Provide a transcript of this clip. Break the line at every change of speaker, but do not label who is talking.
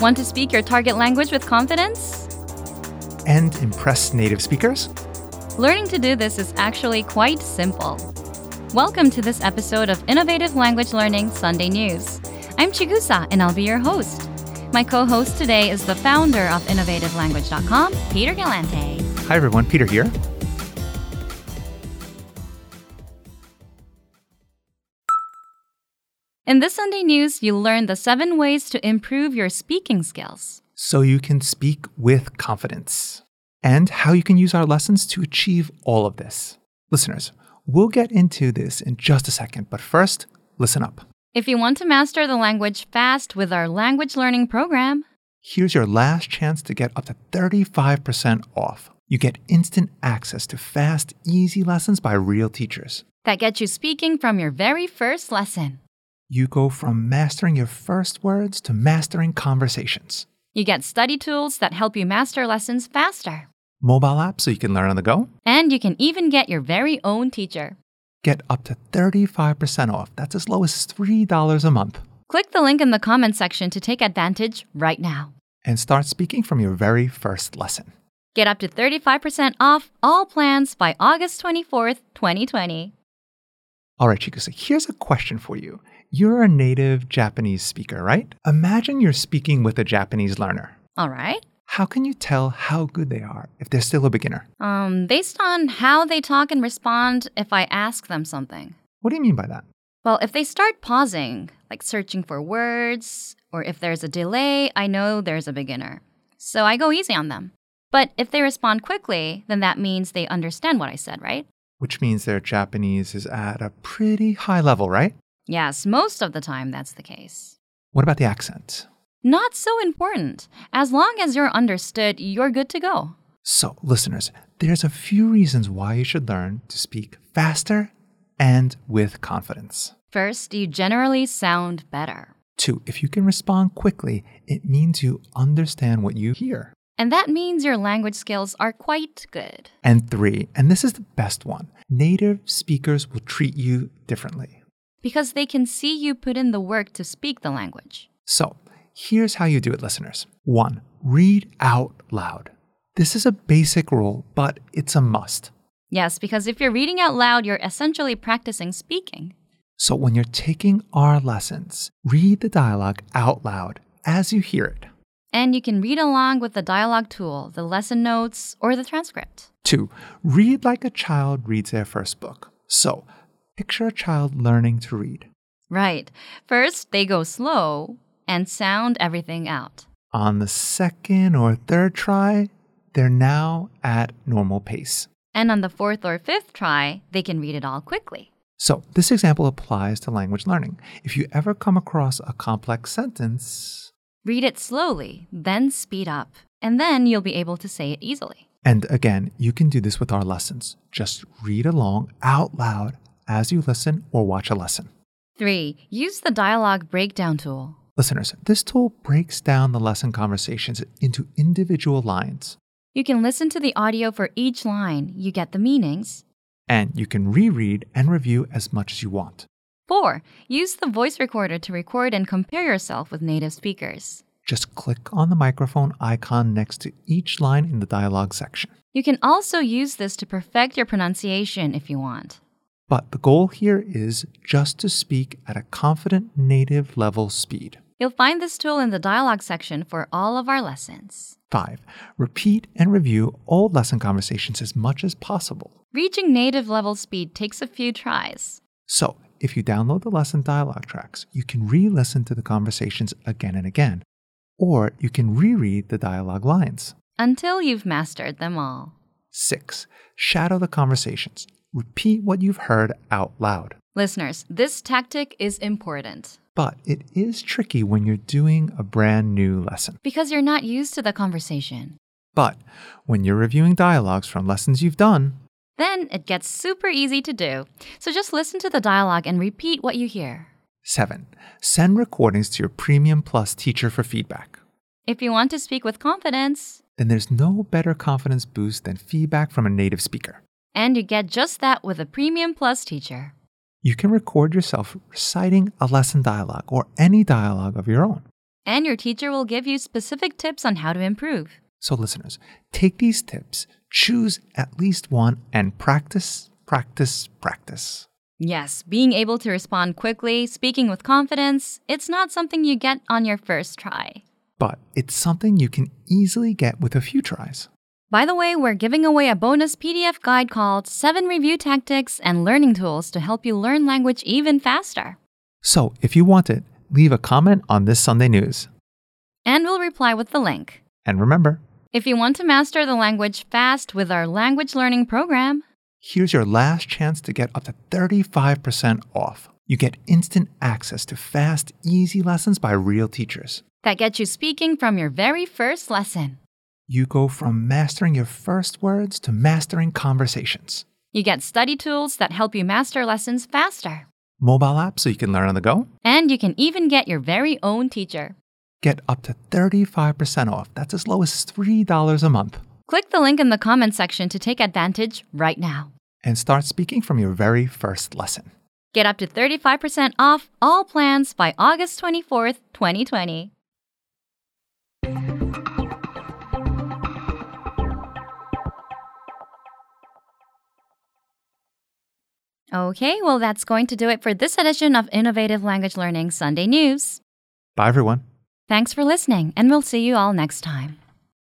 Want to speak your target language with confidence?
and impress native speakers?
Learning to do this is actually quite simple. Welcome to this episode of Innovative Language Learning Sunday News. I'm Chigusa, and I'll be your host. My co host today is the founder of InnovativeLanguage.com, Peter Galante.
Hi, everyone. Peter here.
In this Sunday News, you learn the seven ways to improve your speaking skills.
So you can speak with confidence and how you can use our lessons to achieve all of this. Listeners, we'll get into this in just a second, but first, listen up.
If you want to master the language fast with our language learning program,
Here's your last chance to get up to 35% off. You get instant access to fast, easy lessons by real teachers.
that gets you speaking from your very first lesson.
You go from mastering your first words to mastering conversations.
You get study tools that help you master lessons faster.
Mobile apps so you can learn on the go.
And you can even get your very own teacher.
Get up to 35% off. That's as low as $3 a month.
Click the link in the comments section to take advantage right now.
And start speaking from your very first lesson.
Get up to 35% off all plans by August 24th, 2020.
All right, Chikusa, here's a question for you. You're a native Japanese speaker, right? Imagine you're speaking with a Japanese learner.
All right.
How can you tell how good they are if they're still a beginner?
Um, based on how they talk and respond if I ask them something.
What do you mean by that?
Well, if they start pausing, like searching for words, or if there's a delay, I know there's a beginner. So I go easy on them. But if they respond quickly, then that means they understand what I said, right?
Which means their Japanese is at a pretty high level, right?
Yes, most of the time that's the case.
What about the accent?
Not so important. As long as you're understood, you're good to go.
So, listeners, there's a few reasons why you should learn to speak faster and with confidence.
First, you generally sound better.
Two, if you can respond quickly, it means you understand what you hear.
And that means your language skills are quite good.
And three, and this is the best one native speakers will treat you differently.
Because they can see you put in the work to speak the language.
So, here's how you do it, listeners. One, read out loud. This is a basic rule, but it's a must.
Yes, because if you're reading out loud, you're essentially practicing speaking.
So, when you're taking our lessons, read the dialogue out loud as you hear it.
And you can read along with the dialogue tool, the lesson notes, or the transcript.
Two, read like a child reads their first book. So, picture a child learning to read.
Right. First, they go slow and sound everything out.
On the second or third try, they're now at normal pace.
And on the fourth or fifth try, they can read it all quickly.
So, this example applies to language learning. If you ever come across a complex sentence,
Read it slowly, then speed up, and then you'll be able to say it easily.
and again, you can do this with our lessons. Just read along out loud as you listen or watch a lesson.
3. Use the dialogue breakdown tool.
Listeners, this tool breaks down the lesson conversations into individual lines,
You can listen to the audio for each line, you get the meanings.
and you can reread and review as much as you want.
4. Use the voice recorder to record and compare yourself with native speakers.
Just click on the microphone icon next to each line in the dialogue section.
You can also use this to perfect your pronunciation if you want.
But the goal here is just to speak at a confident native level speed.
You'll find this tool in the dialogue section for all of our lessons.
5. Repeat and review old lesson conversations as much as possible.
Reaching native level speed takes a few tries.
So, if you download the lesson dialogue tracks, you can re listen to the conversations again and again, or you can reread the dialogue lines.
until you've mastered them all.
6. Shadow the conversations. Repeat what you've heard out loud.
Listeners, this tactic is important
But it is tricky when you're doing a brand new lesson.
because you're not used to the conversation.
But when you're reviewing dialogues from lessons you've done,
Then it gets super easy to do. So just listen to the dialogue and repeat what you hear.
7. Send recordings to your Premium Plus teacher for feedback.
If you want to speak with confidence,
Then there's no better confidence boost than feedback from a native speaker.
and you get just that with a Premium Plus teacher.
You can record yourself reciting a lesson dialogue or any dialogue of your own.
And your teacher will give you specific tips on how to improve.
So, listeners, take these tips, choose at least one, and practice, practice, practice.
Yes, being able to respond quickly, speaking with confidence, it's not something you get on your first try.
But it's something you can easily get with a few tries.
By the way, we're giving away a bonus PDF guide called 7 Review Tactics and Learning Tools to help you learn language even faster.
So, if you want it, leave a comment on this Sunday news.
And we'll reply with the link.
And remember,
If you want to master the language fast with our language learning program,
here's your last chance to get up to 35% off. You get instant access to fast, easy lessons by real teachers.
that gets you speaking from your very first lesson.
You go from mastering your first words to mastering conversations.
You get study tools that help you master lessons faster.
Mobile app so you can learn on the go.
And you can even get your very own teacher.
Get up to 35% off. That's as low as $3 a month.
Click the link in the comment section to take advantage right now.
And start speaking from your very first lesson.
Get up to 35% off all plans by August 24th, 2020. Okay, well, that's going to do it for this edition of Innovative Language Learning Sunday News.
Bye, everyone.
Thanks for listening, and we'll see you all next time.